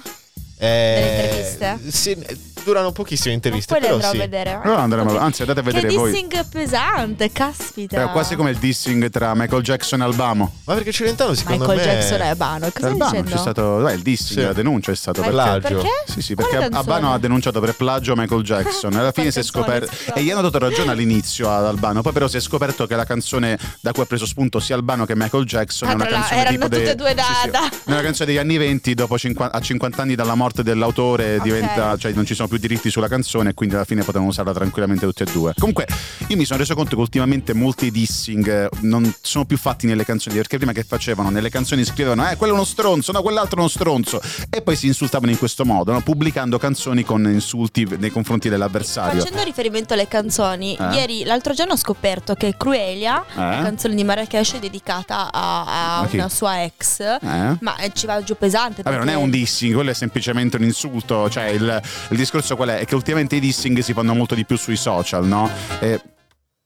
Speaker 4: Eh,
Speaker 3: delle interviste?
Speaker 4: sì, durano pochissime interviste,
Speaker 3: poi le
Speaker 4: però
Speaker 3: andrò
Speaker 4: sì.
Speaker 3: a vedere.
Speaker 2: Allora andremo-
Speaker 3: Ok.
Speaker 2: anzi, andate a vedere
Speaker 3: che
Speaker 2: voi.
Speaker 3: dissing pesante, caspita.
Speaker 2: Cioè, quasi come il dissing tra Michael Jackson e Albamo.
Speaker 4: Ma perché Celentano secondo
Speaker 3: Michael
Speaker 4: me
Speaker 3: Jackson e Abano. Cosa stai
Speaker 2: Albano
Speaker 3: dicendo?
Speaker 2: c'è stato. Dai, il dissing,
Speaker 4: Sì.
Speaker 2: la denuncia è stato
Speaker 3: Ma-
Speaker 2: per
Speaker 4: plagio.
Speaker 3: Perché?
Speaker 2: Sì, sì,
Speaker 3: Quale
Speaker 2: perché
Speaker 3: canzone?
Speaker 2: Albano ha denunciato per plagio Michael Jackson. Alla fine si è
Speaker 3: Quale
Speaker 2: scoperto.
Speaker 3: canzone?
Speaker 2: E gli hanno dato ragione all'inizio ad Albano, poi però si è scoperto che la canzone da cui ha preso spunto sia Albano che Michael Jackson
Speaker 3: Ah,
Speaker 2: è una
Speaker 3: tra l'altro,
Speaker 2: canzone
Speaker 3: erano
Speaker 2: tipo dei-
Speaker 3: tutte e due da-
Speaker 2: sì, sì,
Speaker 3: da-
Speaker 2: è una canzone degli anni 20, dopo 50 a 50 anni dalla morte dell'autore
Speaker 3: Ok.
Speaker 2: diventa, cioè non ci sono più diritti sulla canzone, quindi alla fine potevano usarla tranquillamente tutti e due. Comunque, io mi sono reso conto che ultimamente molti dissing eh, non sono più fatti nelle canzoni, perché prima che facevano nelle canzoni scrivevano "Eh, quello è uno stronzo, no, quell'altro è uno stronzo" e poi si insultavano in questo modo, no? pubblicando canzoni con insulti nei confronti dell'avversario.
Speaker 3: Facendo riferimento alle canzoni,
Speaker 2: Eh?
Speaker 3: ieri l'altro giorno ho scoperto che Cruelia, la canzone di Marrakesh, è dedicata a, a
Speaker 2: Ma chi?
Speaker 3: una sua ex.
Speaker 2: Eh?
Speaker 3: Ma eh, ci va giù pesante.
Speaker 2: Vabbè, non è
Speaker 3: perché-
Speaker 2: un dissing, quello è semplicemente un insulto. Cioè, il, il discorso qual è? È che ultimamente i dissing si fanno molto di più sui social, no? E-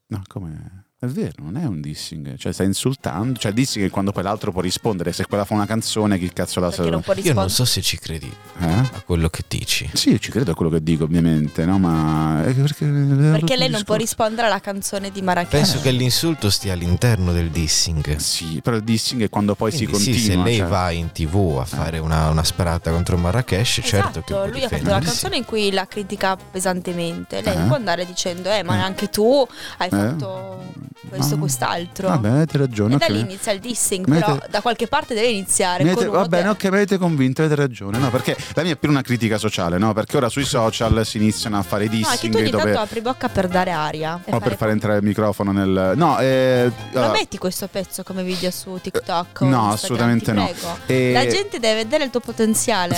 Speaker 2: no, come. È vero, non è un dissing. Cioè, stai insultando. Cioè, il dissing è quando quell'altro può rispondere. Se quella fa una canzone, chi cazzo la sa?
Speaker 3: Perché non può
Speaker 4: Io non
Speaker 3: rispondere.
Speaker 4: so se ci credi
Speaker 2: Eh?
Speaker 4: a quello che dici.
Speaker 2: Sì, io ci credo a quello che dico, ovviamente, no? Ma. eh, Perché,
Speaker 3: Perché lei non può rispondere alla canzone di Marrakesh.
Speaker 4: Penso che l'insulto stia all'interno del dissing.
Speaker 2: Sì, però il dissing è quando poi si
Speaker 4: Quindi
Speaker 2: continua.
Speaker 4: sì, se lei
Speaker 2: cioè.
Speaker 4: va in tv a fare una, una sparata contro
Speaker 2: Eh,
Speaker 4: Marrakesh, certo che
Speaker 3: esatto, lui
Speaker 4: può
Speaker 3: ha fatto
Speaker 4: difendersi.
Speaker 3: la canzone in cui la critica pesantemente. Lei
Speaker 2: Eh?
Speaker 3: può andare dicendo, eh, ma
Speaker 2: Eh.
Speaker 3: anche tu hai
Speaker 2: Eh?
Speaker 3: fatto questo,
Speaker 2: Ah.
Speaker 3: quest'altro.
Speaker 2: Vabbè, avete ragione.
Speaker 3: E da
Speaker 2: ok.
Speaker 3: lì inizia il dissing,
Speaker 2: Mi
Speaker 3: però
Speaker 2: avete-
Speaker 3: da qualche parte deve iniziare.
Speaker 2: Mi avete-
Speaker 3: con uno
Speaker 2: va bene,
Speaker 3: che-
Speaker 2: ok, mi avete convinto, avete ragione. No, perché la mia è più una critica sociale, no? Perché ora sui social si iniziano a fare i
Speaker 3: No, è che tu
Speaker 2: dissing
Speaker 3: ogni
Speaker 2: dove.
Speaker 3: tanto apri bocca per dare aria. e
Speaker 2: o per fare entrare il microfono nel. No, eh,
Speaker 3: Non
Speaker 2: allora,
Speaker 3: metti questo pezzo come video su TikTok? o
Speaker 2: No,
Speaker 3: Instagram,
Speaker 2: assolutamente
Speaker 3: ti
Speaker 2: no.
Speaker 3: prego.
Speaker 2: E-
Speaker 3: La gente deve vedere il tuo potenziale.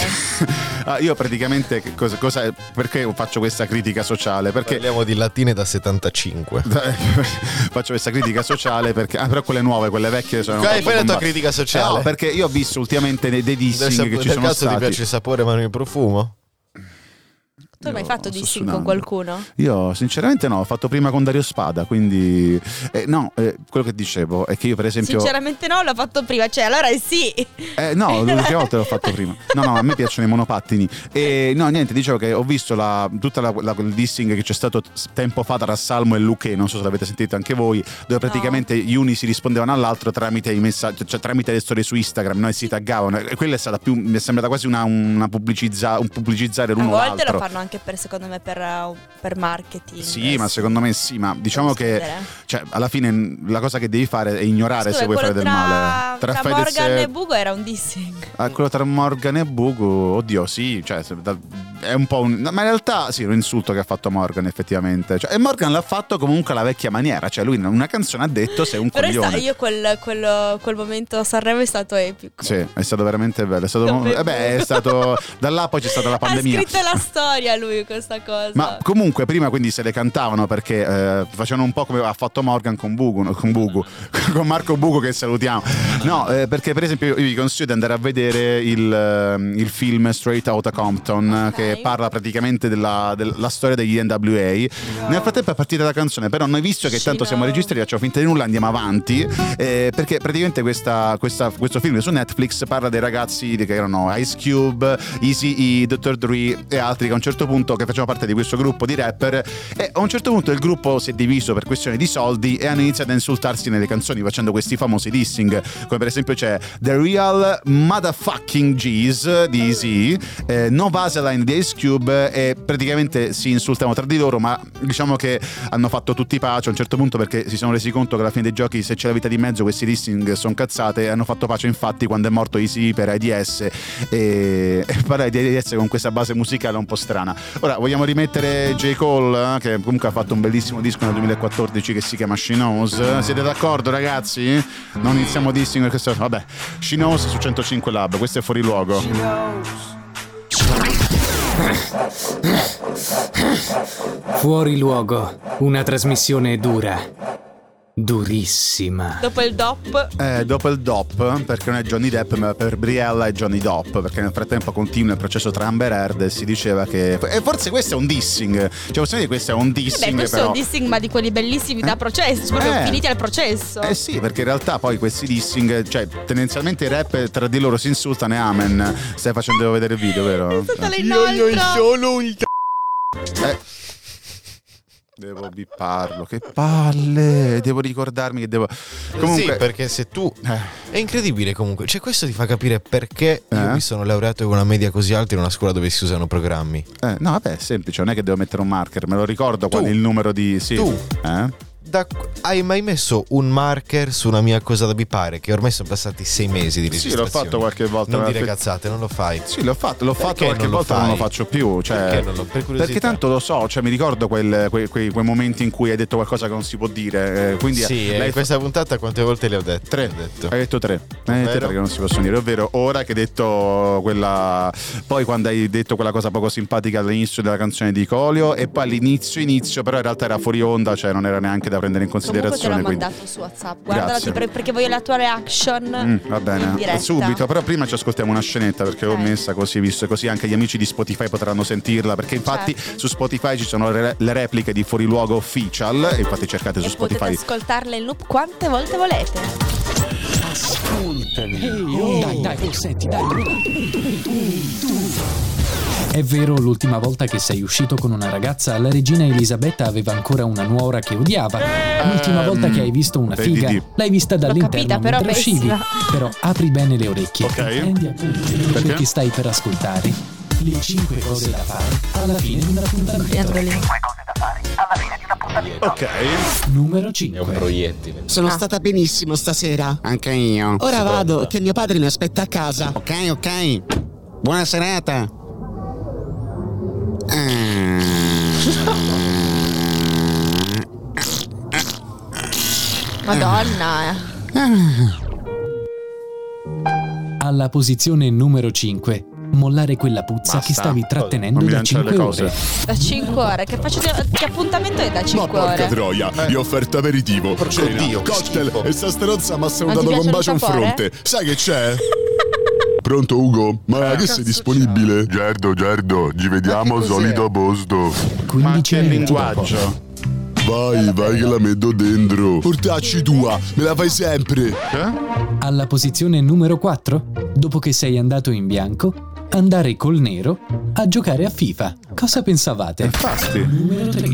Speaker 2: ah, io praticamente che cosa, cosa- perché faccio questa critica sociale? Perché
Speaker 4: Parliamo di lattine da 75.
Speaker 2: faccio questa critica sociale perché ah, però quelle nuove, quelle vecchie sono
Speaker 4: Fai- fai la tua
Speaker 2: combatte-
Speaker 4: critica sociale.
Speaker 2: No, perché io ho visto ultimamente dei, dei
Speaker 4: Del,
Speaker 2: dissing
Speaker 4: sap-
Speaker 2: che ci
Speaker 4: del
Speaker 2: sono
Speaker 4: cazzo ti
Speaker 2: stati.
Speaker 4: piace il sapore ma non il profumo?
Speaker 3: tu hai mai
Speaker 2: Io
Speaker 3: fatto
Speaker 2: sto
Speaker 3: dissing
Speaker 2: sudando.
Speaker 3: con qualcuno?
Speaker 2: Io sinceramente no, ho fatto prima con Dario Spada, quindi eh, no, eh, quello che dicevo è che io per esempio
Speaker 3: Sinceramente no, l'ho fatto prima. Cioè, allora sì.
Speaker 2: Eh, no, l'ultima volta l'ho fatto prima. No, no, a me piacciono i monopattini. E no, niente, dicevo che ho visto la, tutta la, la- il dissing che c'è stato s- tempo fa tra Salmo e Luque, non so se l'avete sentito anche voi, dove praticamente gli uni si rispondevano all'altro tramite i messaggi, cioè tramite le storie su Instagram, no? E si taggavano. E quella è stata più, mi è sembrata quasi una, una pubblicizza- un pubblicizzare
Speaker 3: A
Speaker 2: l'uno
Speaker 3: volte
Speaker 2: l'altro.
Speaker 3: lo fanno anche per, secondo me, per, eh, per marketing.
Speaker 2: Sì, ma secondo me sì, ma diciamo che
Speaker 3: Rispondere.
Speaker 2: cioè, alla fine n- la cosa che devi fare è ignorare
Speaker 3: Scusa,
Speaker 2: se vuoi
Speaker 3: quello
Speaker 2: fare del
Speaker 3: tra-
Speaker 2: male.
Speaker 3: Tra,
Speaker 2: Fedez
Speaker 3: Morgan e Bugo era un dissing.
Speaker 2: Ah, quello tra Morgan e Bugu, oddio, sì, cioè, se- da- è un po' un... Ma in realtà sì, è un insulto che ha fatto Morgan effettivamente. Cioè, e Morgan l'ha fatto comunque alla vecchia maniera, cioè lui in una canzone ha detto sei un
Speaker 3: Però è sta-
Speaker 2: coglione.
Speaker 3: io quel, quello- quel momento a Sanremo è stato epico.
Speaker 2: Sì, è stato veramente bello. È stato...
Speaker 3: Dove-
Speaker 2: eh beh, è stato... Da là poi c'è stata la pandemia.
Speaker 3: Ha scritto la storia lui questa cosa.
Speaker 2: Ma comunque prima quindi se le cantavano perché eh, facevano un po' come ha fatto Morgan con Bugu, no? con, Bugu con Marco Bugu che salutiamo. No, eh, perché per esempio io vi consiglio di andare a vedere il, ehm, il film Straight Outta Compton eh,
Speaker 3: Ok.
Speaker 2: che parla praticamente della, della storia degli NWA. Nel frattempo è partita la canzone, però noi visto che
Speaker 3: Sì,
Speaker 2: tanto
Speaker 3: no.
Speaker 2: siamo registi facciamo finta di nulla, andiamo avanti eh, perché praticamente questa- questa- questo film su Netflix parla dei ragazzi che erano Ice Cube, Easy E, Dr. Dre e altri che a un certo punto che facevano parte di questo gruppo di rapper e a un certo punto il gruppo si è diviso per questioni di soldi e hanno iniziato a insultarsi nelle canzoni facendo questi famosi dissing come per esempio c'è The Real Motherfucking G's di Easy eh, No Vaseline di Ice Cube eh, e praticamente si insultavano tra di loro ma diciamo che hanno fatto tutti pace a un certo punto perché si sono resi conto che alla fine dei giochi se c'è la vita di mezzo questi dissing sono cazzate e hanno fatto pace infatti quando è morto Easy per AIDS e, e parlare di AIDS con questa base musicale un po' strana ora vogliamo rimettere J. Cole eh, che comunque ha fatto un bellissimo disco nel 2014 che si chiama She Knows siete d'accordo ragazzi? non iniziamo dissing perché questo vabbè She Knows su 105 Lab questo è fuori luogo
Speaker 9: Fuori luogo, una trasmissione dura. Durissima.
Speaker 3: Dopo il dop.
Speaker 2: Eh, dopo il DOP, perché non è Johnny Depp, ma per Briella è Johnny DOP, perché nel frattempo continua il processo tra Amber Heard e si diceva che... E forse questo è un dissing, cioè possiamo dire che questo è un
Speaker 3: Eh beh,
Speaker 2: dissing
Speaker 3: questo è
Speaker 2: però...
Speaker 3: un dissing, ma di quelli bellissimi da processo, proprio
Speaker 2: Eh.
Speaker 3: finiti al processo.
Speaker 2: Eh sì, perché in realtà poi questi dissing, cioè tendenzialmente i rap tra di loro si insultano e amen. Stai facendo vedere il video, vero?
Speaker 3: Tutta l'inoltro.
Speaker 2: Eh. Devo bipparlo, che palle! Devo ricordarmi che devo... Comunque...
Speaker 4: Sì, perché se tu...
Speaker 2: Eh,
Speaker 4: È incredibile comunque, cioè questo ti fa capire perché
Speaker 2: Eh?
Speaker 4: io mi sono laureato con una media così alta in una scuola dove si usano programmi.
Speaker 2: eh, no, vabbè, è semplice, non è che devo mettere un marker, me lo ricordo
Speaker 4: Tu.
Speaker 2: qual è il numero di... Sì.
Speaker 4: Tu.
Speaker 2: Eh?
Speaker 4: Da- hai mai messo un marker su una mia cosa da bipare? Che ormai sono passati sei mesi di
Speaker 2: Sì,
Speaker 4: registrazione.
Speaker 2: l'ho fatto qualche volta.
Speaker 4: Non
Speaker 2: ma-
Speaker 4: dire cazzate, non lo fai.
Speaker 2: Sì, l'ho fatto, l'ho
Speaker 4: Perché
Speaker 2: fatto qualche
Speaker 4: non lo
Speaker 2: volta, ma non lo
Speaker 4: fai?
Speaker 2: faccio più. Cioè,
Speaker 4: Perché non lo- per curiosità.
Speaker 2: perché tanto lo so, cioè, mi ricordo quel- quei, quei- quei momenti in cui hai detto qualcosa che non si può dire. eh, quindi
Speaker 4: sì,
Speaker 2: l'hai
Speaker 4: eh, in
Speaker 2: fa- Eh.
Speaker 4: questa puntata quante volte le ho dette?
Speaker 2: Tre.
Speaker 4: Ho detto.
Speaker 2: Hai detto tre. Hai detto
Speaker 4: Ovvero?
Speaker 2: tre che non si possono dire, ovvero ora che hai detto quella. Poi quando hai detto quella cosa poco simpatica all'inizio della canzone di Colio, e poi all'inizio, inizio, però in realtà era fuori onda, cioè non era neanche da prendere in
Speaker 3: Comunque te l'ho
Speaker 2: considerazione. quindi-
Speaker 3: mandato su WhatsApp. Guardala
Speaker 2: Grazie.
Speaker 3: ti prego, perché voglio la tua
Speaker 2: Mm,
Speaker 3: reaction.
Speaker 2: va
Speaker 3: in
Speaker 2: bene,
Speaker 3: diretta. Eh.
Speaker 2: subito, però prima ci ascoltiamo una scenetta perché l'ho
Speaker 3: Ok.
Speaker 2: messa così, visto così anche gli amici di Spotify potranno sentirla, perché infatti
Speaker 3: Certo.
Speaker 2: su Spotify ci sono le, le repliche di Fuori Luogo Official, e infatti cercate su
Speaker 3: E potete
Speaker 2: Spotify.
Speaker 3: ascoltarla in loop quante volte volete.
Speaker 1: Oh. È vero, l'ultima volta che sei uscito con una ragazza, la regina Elisabetta aveva ancora una nuora che odiava. L'ultima volta che hai visto una
Speaker 2: Eh, mm, vedi
Speaker 1: figa,
Speaker 2: di-
Speaker 1: l'hai vista dall'interno
Speaker 3: capita, però
Speaker 1: mentre uscivi.
Speaker 3: pessima.
Speaker 1: Però apri bene le orecchie
Speaker 2: Ok.
Speaker 1: e prendi appunti perché ti stai per ascoltare le 5 cose da fare alla fine di un appuntamento.
Speaker 2: Ok,
Speaker 1: Numero 5.
Speaker 10: proiettile.
Speaker 11: Sono stata benissimo stasera.
Speaker 12: Anche io.
Speaker 11: Ora vado, che mio padre mi aspetta a casa.
Speaker 12: Ok, ok. Buona serata. Ah.
Speaker 3: Madonna. eh.
Speaker 1: Alla posizione numero 5. Mollare quella puzza
Speaker 2: Basta.
Speaker 1: che stavi trattenendo
Speaker 2: Non mi
Speaker 1: da
Speaker 2: lanciare
Speaker 1: 5
Speaker 2: le cose.
Speaker 1: ore.
Speaker 3: Da 5 ore. Che, faccio di- che appuntamento è da
Speaker 2: Ah,
Speaker 3: 5 ore?
Speaker 13: troia,
Speaker 3: Eh.
Speaker 13: di offerta aperitivo,
Speaker 4: Porco Dio, che schifo.
Speaker 13: e sta stronza mi ha
Speaker 3: Non ti
Speaker 13: salutato
Speaker 3: piace
Speaker 13: con un bacio
Speaker 3: il
Speaker 13: in
Speaker 3: sapore?
Speaker 13: fronte. Sai che c'è? Pronto Ugo? Ma che sei disponibile? Gerdo, Gerdo, ci vediamo solito posto.
Speaker 1: 15
Speaker 2: ma c'è il
Speaker 1: minuti dopo.
Speaker 2: linguaggio.
Speaker 13: Vai, vai che la metto dentro. Portacci tua, me la fai sempre.
Speaker 2: Eh?
Speaker 1: Alla posizione numero 4, dopo che sei andato in bianco, andare
Speaker 2: Eh?
Speaker 1: col nero a giocare a FIFA. Cosa pensavate?
Speaker 2: Infatti.
Speaker 1: Numero 3.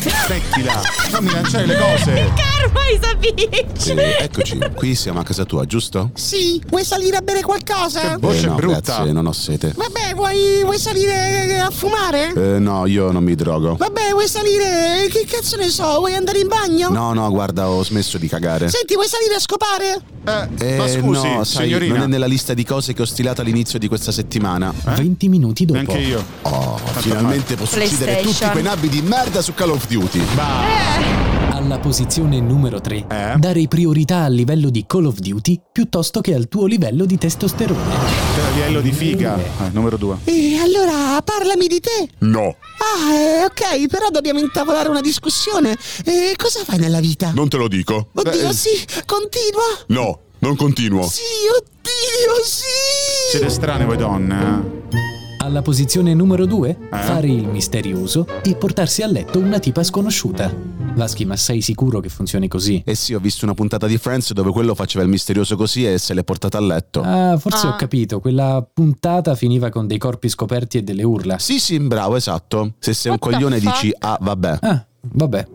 Speaker 2: Smettila, non mi lanciare le cose.
Speaker 3: Karma Isabic!
Speaker 2: Eh, eccoci, qui siamo a casa tua, giusto?
Speaker 11: Sì, vuoi salire a bere qualcosa? Eh,
Speaker 2: Voce brutta. Grazie, non ho sete.
Speaker 11: Vabbè, vuoi, vuoi salire a fumare?
Speaker 2: Eh, no, io non mi drogo.
Speaker 11: Vabbè, vuoi salire? eh, Che cazzo ne so? Vuoi andare in bagno?
Speaker 2: No, no, guarda, ho smesso di cagare.
Speaker 11: Senti, vuoi salire a scopare?
Speaker 2: Eh,
Speaker 11: ma
Speaker 2: scusi,
Speaker 11: no,
Speaker 2: sai,
Speaker 11: signorina.
Speaker 2: non è nella lista di cose che ho stilato all'inizio di questa settimana.
Speaker 1: 20 minuti dopo.
Speaker 2: Anche io. Oh, finalmente posso uccidere tutti
Speaker 1: PlayStation.
Speaker 2: quei nabbi di merda su Call of Duty.
Speaker 1: Alla posizione numero 3, dare priorità al livello di Call of Duty piuttosto che al tuo livello di testosterone.
Speaker 2: Tagliello di figa. Eh, numero due.
Speaker 11: E allora parlami di te.
Speaker 13: No,
Speaker 11: Ah, eh, ok, però dobbiamo intavolare una discussione. Eh, cosa fai nella vita?
Speaker 13: non te lo dico.
Speaker 11: Oddio,
Speaker 2: eh.
Speaker 11: sì, continua.
Speaker 13: No, non continuo.
Speaker 11: Sì, oddio, sì.
Speaker 2: Siete strane voi donne. eh.
Speaker 1: Alla posizione numero 2, fare il misterioso e portarsi a letto una tipa sconosciuta. Vaschi, ma sei sicuro che funzioni così?
Speaker 2: Eh sì, ho visto una puntata di Friends dove quello faceva il misterioso così e se l'è portata a letto.
Speaker 1: Ah, forse ho capito, quella puntata finiva con dei corpi scoperti e delle urla.
Speaker 2: Sì, sì, bravo, esatto. Se sei un
Speaker 1: What the
Speaker 2: coglione
Speaker 1: fuck?
Speaker 2: dici, ah, vabbè.
Speaker 1: Ah, vabbè.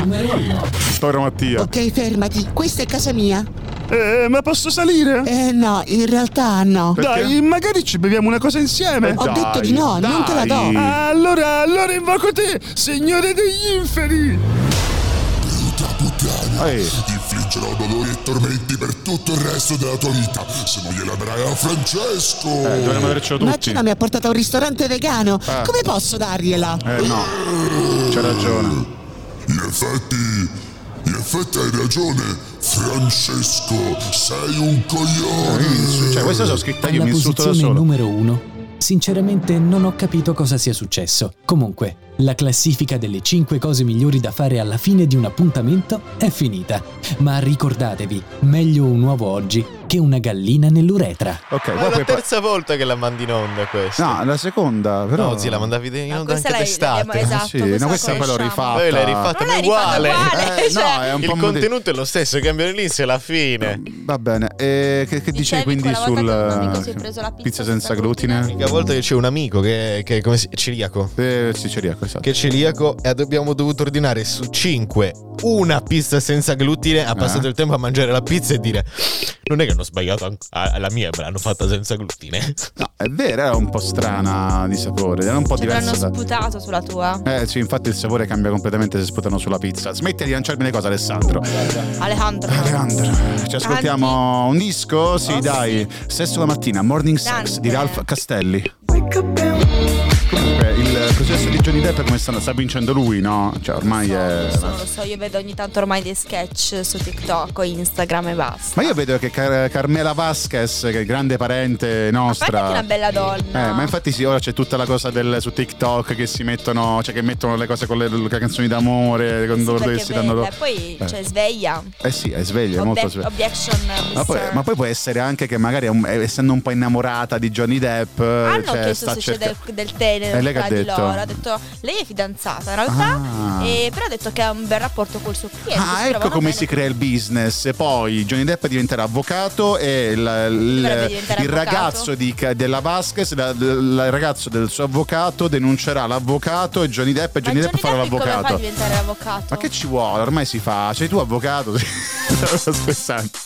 Speaker 1: Numero uno.
Speaker 2: Toro Mattia.
Speaker 11: Ok, fermati, questa è casa mia.
Speaker 10: Eh, ma posso salire?
Speaker 11: Eh no, in realtà no.
Speaker 10: Dai, magari ci beviamo una cosa insieme.
Speaker 11: Ho detto di no, eh. non te la do.
Speaker 10: Allora, allora invoco te, signore degli inferi.
Speaker 14: Ti infliggerò dolori e tormenti per tutto il resto della tua vita se non gliela darai a Francesco.
Speaker 2: dovremmo avercelo
Speaker 11: Ma a cena mi ha portato a un ristorante vegano.
Speaker 14: Ah.
Speaker 11: Come posso dargliela?
Speaker 2: Eh no, c'ha ragione.
Speaker 14: In effetti, in effetti hai ragione, Francesco, sei un coglione.
Speaker 2: Cioè, questa sono scritta io,
Speaker 1: Alla
Speaker 2: mi insulto da
Speaker 1: posizione
Speaker 2: solo.
Speaker 1: numero uno. Sinceramente non ho capito cosa sia successo. Comunque, la classifica delle 5 cose migliori da fare alla fine di un appuntamento è finita. Ma ricordatevi, meglio un uovo oggi che una gallina nell'uretra.
Speaker 2: Ok,
Speaker 11: Ah,
Speaker 4: È la terza volta che la mandi in onda questa.
Speaker 2: No, la seconda, però.
Speaker 4: No, zia, la mandavi in onda
Speaker 3: questa
Speaker 4: anche
Speaker 3: l'hai-
Speaker 4: d'estate.
Speaker 3: l'abbiamo- esatto,
Speaker 2: Sì, no, questa questa la poi l'ho conosciamo. rifatta.
Speaker 4: Poi l'hai rifatta,
Speaker 2: Non
Speaker 4: ma
Speaker 2: l'hai rifatta
Speaker 4: uguale.
Speaker 3: Ah,
Speaker 2: uguale,
Speaker 4: Eh,
Speaker 2: cioè.
Speaker 4: no, è un
Speaker 2: Il
Speaker 4: po'
Speaker 2: contenuto
Speaker 4: contenuto è lo stesso, cambiano l'inizio e la fine.
Speaker 2: Va bene, e che, che dicevi quindi
Speaker 3: quella volta
Speaker 2: sul
Speaker 3: che un amico
Speaker 2: eh,
Speaker 3: si è preso la
Speaker 2: pizza, senza glutine?
Speaker 4: L'unica volta che c'è un amico che, che come si, è celiaco.
Speaker 2: Eh, sì, celiaco, esatto.
Speaker 4: Che è celiaco e abbiamo dovuto ordinare su 5 una pizza senza glutine. Ha passato
Speaker 2: Eh.
Speaker 4: il tempo a mangiare la pizza e dire: Non è che hanno sbagliato an- a- la mia, me l'hanno fatta senza glutine.
Speaker 2: No, è vero, era un po' strana di sapore, era un po'
Speaker 3: Ci avranno
Speaker 2: diversa. da-
Speaker 3: sputato sulla tua.
Speaker 2: Eh sì, infatti il sapore cambia completamente se sputano sulla pizza. Smetti di lanciarmi le cose, Alessandro.
Speaker 3: Alejandro.
Speaker 2: Ci ascoltiamo un disco? Sì, dai. Sesso la mattina, Morning Sex di Ralph Castelli. Comunque, il processo di Johnny Depp come sta, sta vincendo lui, no? Cioè, ormai è.
Speaker 3: Adesso non lo so, io vedo ogni tanto ormai dei sketch su TikTok o Instagram e basta.
Speaker 2: Ma io vedo che Car- Carmela Vasquez, che è grande parente
Speaker 3: A parte che è
Speaker 2: nostra.
Speaker 3: una bella donna.
Speaker 2: Eh, ma infatti sì, ora c'è tutta la cosa del, su TikTok che si mettono, cioè che mettono le cose con le, le canzoni d'amore, con
Speaker 3: Perché
Speaker 2: dove
Speaker 3: è
Speaker 2: si danno lo-
Speaker 3: bella. E poi
Speaker 2: Eh.
Speaker 3: cioè, sveglia.
Speaker 2: Eh sì, è sveglia, è molto
Speaker 3: Obbe-
Speaker 2: sveglia.
Speaker 3: objection.
Speaker 2: Ma poi,
Speaker 3: mister.
Speaker 2: ma poi può essere anche che magari è un- eh, essendo un po' innamorata di Johnny Depp,
Speaker 3: Hanno
Speaker 2: cioè,
Speaker 3: chiesto
Speaker 2: sta
Speaker 3: se c'è del,
Speaker 2: cercando-
Speaker 3: del tè
Speaker 2: Eh, lei che
Speaker 3: tra
Speaker 2: ha
Speaker 3: di
Speaker 2: detto?
Speaker 3: loro. Ha detto lei è fidanzata in realtà,
Speaker 2: Ah.
Speaker 3: e- però ha detto che ha un bel rapporto col suo cliente.
Speaker 2: Ah, ecco come si crea il business. E Poi Johnny Depp diventerà avvocato e la- il-
Speaker 3: Dovrebbe diventare
Speaker 2: il
Speaker 3: avvocato.
Speaker 2: ragazzo di Ca- della Vasquez, la- la- il ragazzo del suo avvocato, denuncerà l'avvocato e Johnny Depp e Johnny, Depp farà
Speaker 3: Come fa a
Speaker 2: l'avvocato.
Speaker 3: diventare avvocato?
Speaker 2: Ma che ci vuole? Ormai si fa. Sei tu avvocato? Spessante.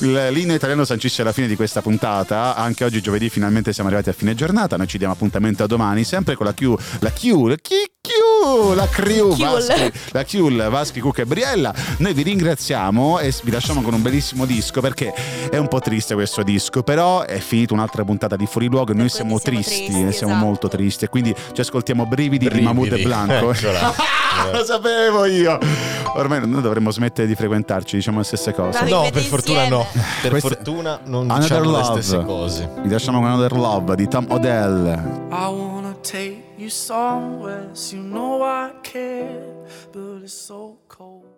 Speaker 2: Il linea italiano sancisce la fine di questa puntata. Anche oggi giovedì finalmente siamo arrivati a fine giornata. Noi ci diamo appuntamento a domani, sempre con la Q, la Q, la Q, Q, la Crew,
Speaker 15: Chiul.
Speaker 2: Vaschi, la Q, Vaschi, Cucca e Briella. Noi vi ringraziamo e vi lasciamo con un bellissimo disco perché è un po' triste questo disco, però è finita un'altra puntata di Fuori Luogo e noi siamo, tristi, eh, siamo molto tristi e quindi ci ascoltiamo brividi, di Mahmood e
Speaker 4: Brividi.
Speaker 1: Eh,
Speaker 2: Blanco.
Speaker 4: Eccola.
Speaker 2: Ah, lo sapevo io. Ormai noi dovremmo smettere di frequentarci, diciamo le stesse cose.
Speaker 4: No, per fortuna no. Per
Speaker 2: Questa-
Speaker 4: fortuna non
Speaker 2: Another
Speaker 4: diciamo le
Speaker 2: Love.
Speaker 4: stesse cose.
Speaker 2: Vi lasciamo con Another Love di Tom Odell.
Speaker 5: I wanna take you somewhere, so you know I care, but it's so cold.